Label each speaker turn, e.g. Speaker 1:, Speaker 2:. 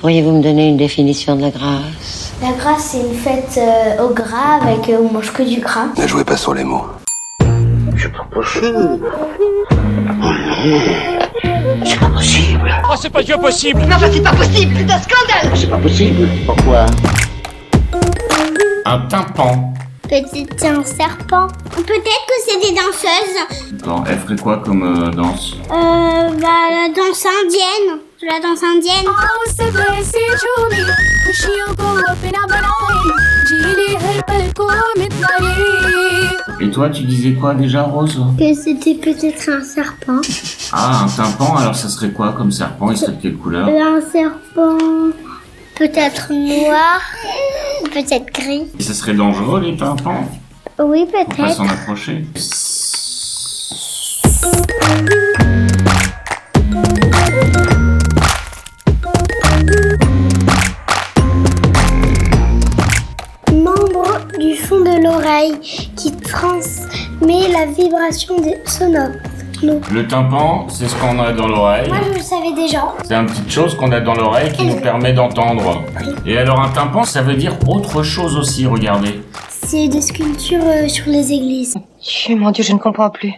Speaker 1: Pourriez-vous me donner une définition de la grâce
Speaker 2: La grâce, c'est une fête euh, au gras avec euh, on mange que du gras.
Speaker 3: Ne jouez pas sur les mots.
Speaker 4: C'est pas possible. Oh non. C'est pas possible.
Speaker 5: Oh, c'est pas Dieu possible
Speaker 6: Non, ça c'est pas possible, c'est un scandale
Speaker 4: C'est pas possible. Pourquoi
Speaker 7: Un tympan.
Speaker 8: Peut-être c'est un serpent. Peut-être que c'est des danseuses.
Speaker 7: Genre, elle ferait quoi comme euh, danse
Speaker 8: Euh, bah, la danse indienne. De la danse indienne.
Speaker 7: Et toi, tu disais quoi déjà, Rose
Speaker 8: Que c'était peut-être un serpent.
Speaker 7: Ah, un tympan, alors ça serait quoi comme serpent Il serait de quelle couleur
Speaker 8: Euh, Un serpent. Peut-être noir. Peut-être gris.
Speaker 7: Et ça serait dangereux, les tympans
Speaker 8: Oui,
Speaker 7: Faut pas
Speaker 8: peut-être.
Speaker 7: s'en approcher.
Speaker 8: membre du fond de l'oreille qui transmet la vibration des sonore. Non.
Speaker 7: Le tympan, c'est ce qu'on a dans l'oreille.
Speaker 8: Moi, je le savais déjà.
Speaker 7: C'est une petite chose qu'on a dans l'oreille qui nous permet d'entendre. Et alors, un tympan, ça veut dire autre chose aussi, regardez.
Speaker 8: C'est des sculptures euh, sur les églises.
Speaker 6: Mon Dieu, je ne comprends plus.